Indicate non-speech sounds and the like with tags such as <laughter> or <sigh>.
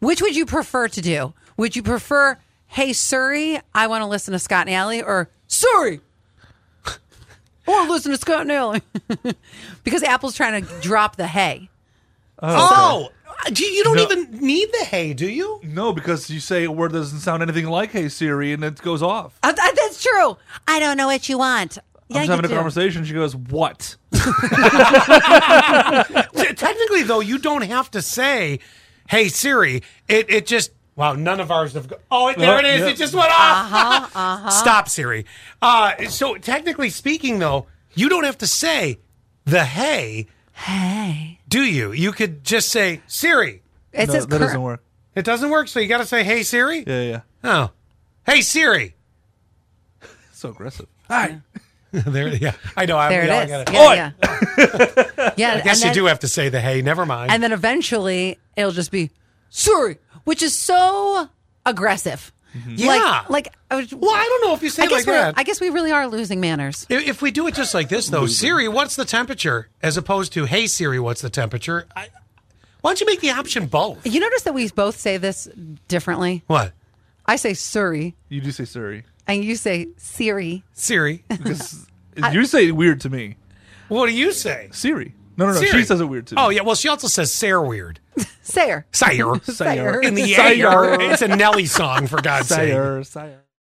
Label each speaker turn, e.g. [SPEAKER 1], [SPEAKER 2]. [SPEAKER 1] Which would you prefer to do? Would you prefer, hey, Surrey, I want to listen to Scott and Alley, or Surrey? or listen to Scott and Alley? <laughs> because Apple's trying to drop the hay.
[SPEAKER 2] Oh, do you, you don't
[SPEAKER 3] No.
[SPEAKER 2] even need the hay, do <laughs> you?
[SPEAKER 3] No, because you say a word that doesn't sound anything like "Hey Siri" and it goes off.
[SPEAKER 1] Uh, th- that's true. I don't know what you want. Yeah,
[SPEAKER 3] I was
[SPEAKER 1] you
[SPEAKER 3] having a
[SPEAKER 1] do.
[SPEAKER 3] conversation. She goes, "What?"
[SPEAKER 2] T- technically, though, you don't have to say, "Hey Siri." It it just wow. None of ours have. Go- oh, it- there it is.
[SPEAKER 3] yeah.
[SPEAKER 2] It just went off.
[SPEAKER 1] Uh-huh,
[SPEAKER 2] <laughs> Stop, Siri. Uh, so technically speaking, though, you don't have to say the hey,
[SPEAKER 1] Hey.
[SPEAKER 2] do you? You could just say Siri.
[SPEAKER 1] It
[SPEAKER 3] No,
[SPEAKER 1] says
[SPEAKER 3] that
[SPEAKER 1] cur-
[SPEAKER 3] doesn't work.
[SPEAKER 2] It doesn't work, so you got to say "Hey Siri."
[SPEAKER 3] Yeah, yeah.
[SPEAKER 2] Oh, hey Siri. <laughs>
[SPEAKER 3] So aggressive. All right.
[SPEAKER 2] there. Yeah, I know. I,
[SPEAKER 1] There
[SPEAKER 2] we all
[SPEAKER 1] it is.
[SPEAKER 2] gotta-
[SPEAKER 3] Oi!
[SPEAKER 1] Yeah, <laughs> yeah. yeah
[SPEAKER 2] I guess
[SPEAKER 1] and then,
[SPEAKER 2] you do have to say the hey. Never mind.
[SPEAKER 1] And then eventually it'll just be Surrey, which is so aggressive.
[SPEAKER 2] Yeah.
[SPEAKER 1] Like, like I was-
[SPEAKER 2] well, I don't know if you say
[SPEAKER 1] I
[SPEAKER 2] it
[SPEAKER 1] guess
[SPEAKER 2] like
[SPEAKER 1] we're-
[SPEAKER 2] that.
[SPEAKER 1] I guess we really are losing manners.
[SPEAKER 2] If if we do it just like this, though, Siri, what's the temperature? As opposed to, hey, Siri, what's the temperature? I, why don't you make the option both?
[SPEAKER 1] You notice that we both say this differently.
[SPEAKER 2] What?
[SPEAKER 1] I say Surrey,
[SPEAKER 3] You do say Siri
[SPEAKER 1] and you say Siri.
[SPEAKER 2] Siri,
[SPEAKER 3] because you say it weird to me.
[SPEAKER 2] what do you say?
[SPEAKER 3] Siri. No, no, no.
[SPEAKER 2] Siri.
[SPEAKER 3] She says it weird to me.
[SPEAKER 2] Oh, yeah. Well, she also says Sarah weird.
[SPEAKER 1] Sayer.
[SPEAKER 2] Sire.
[SPEAKER 3] Sire. <laughs>
[SPEAKER 2] In the
[SPEAKER 3] Sire.
[SPEAKER 2] air. It's a Nelly song, for God's sake.
[SPEAKER 3] Sire. Sire.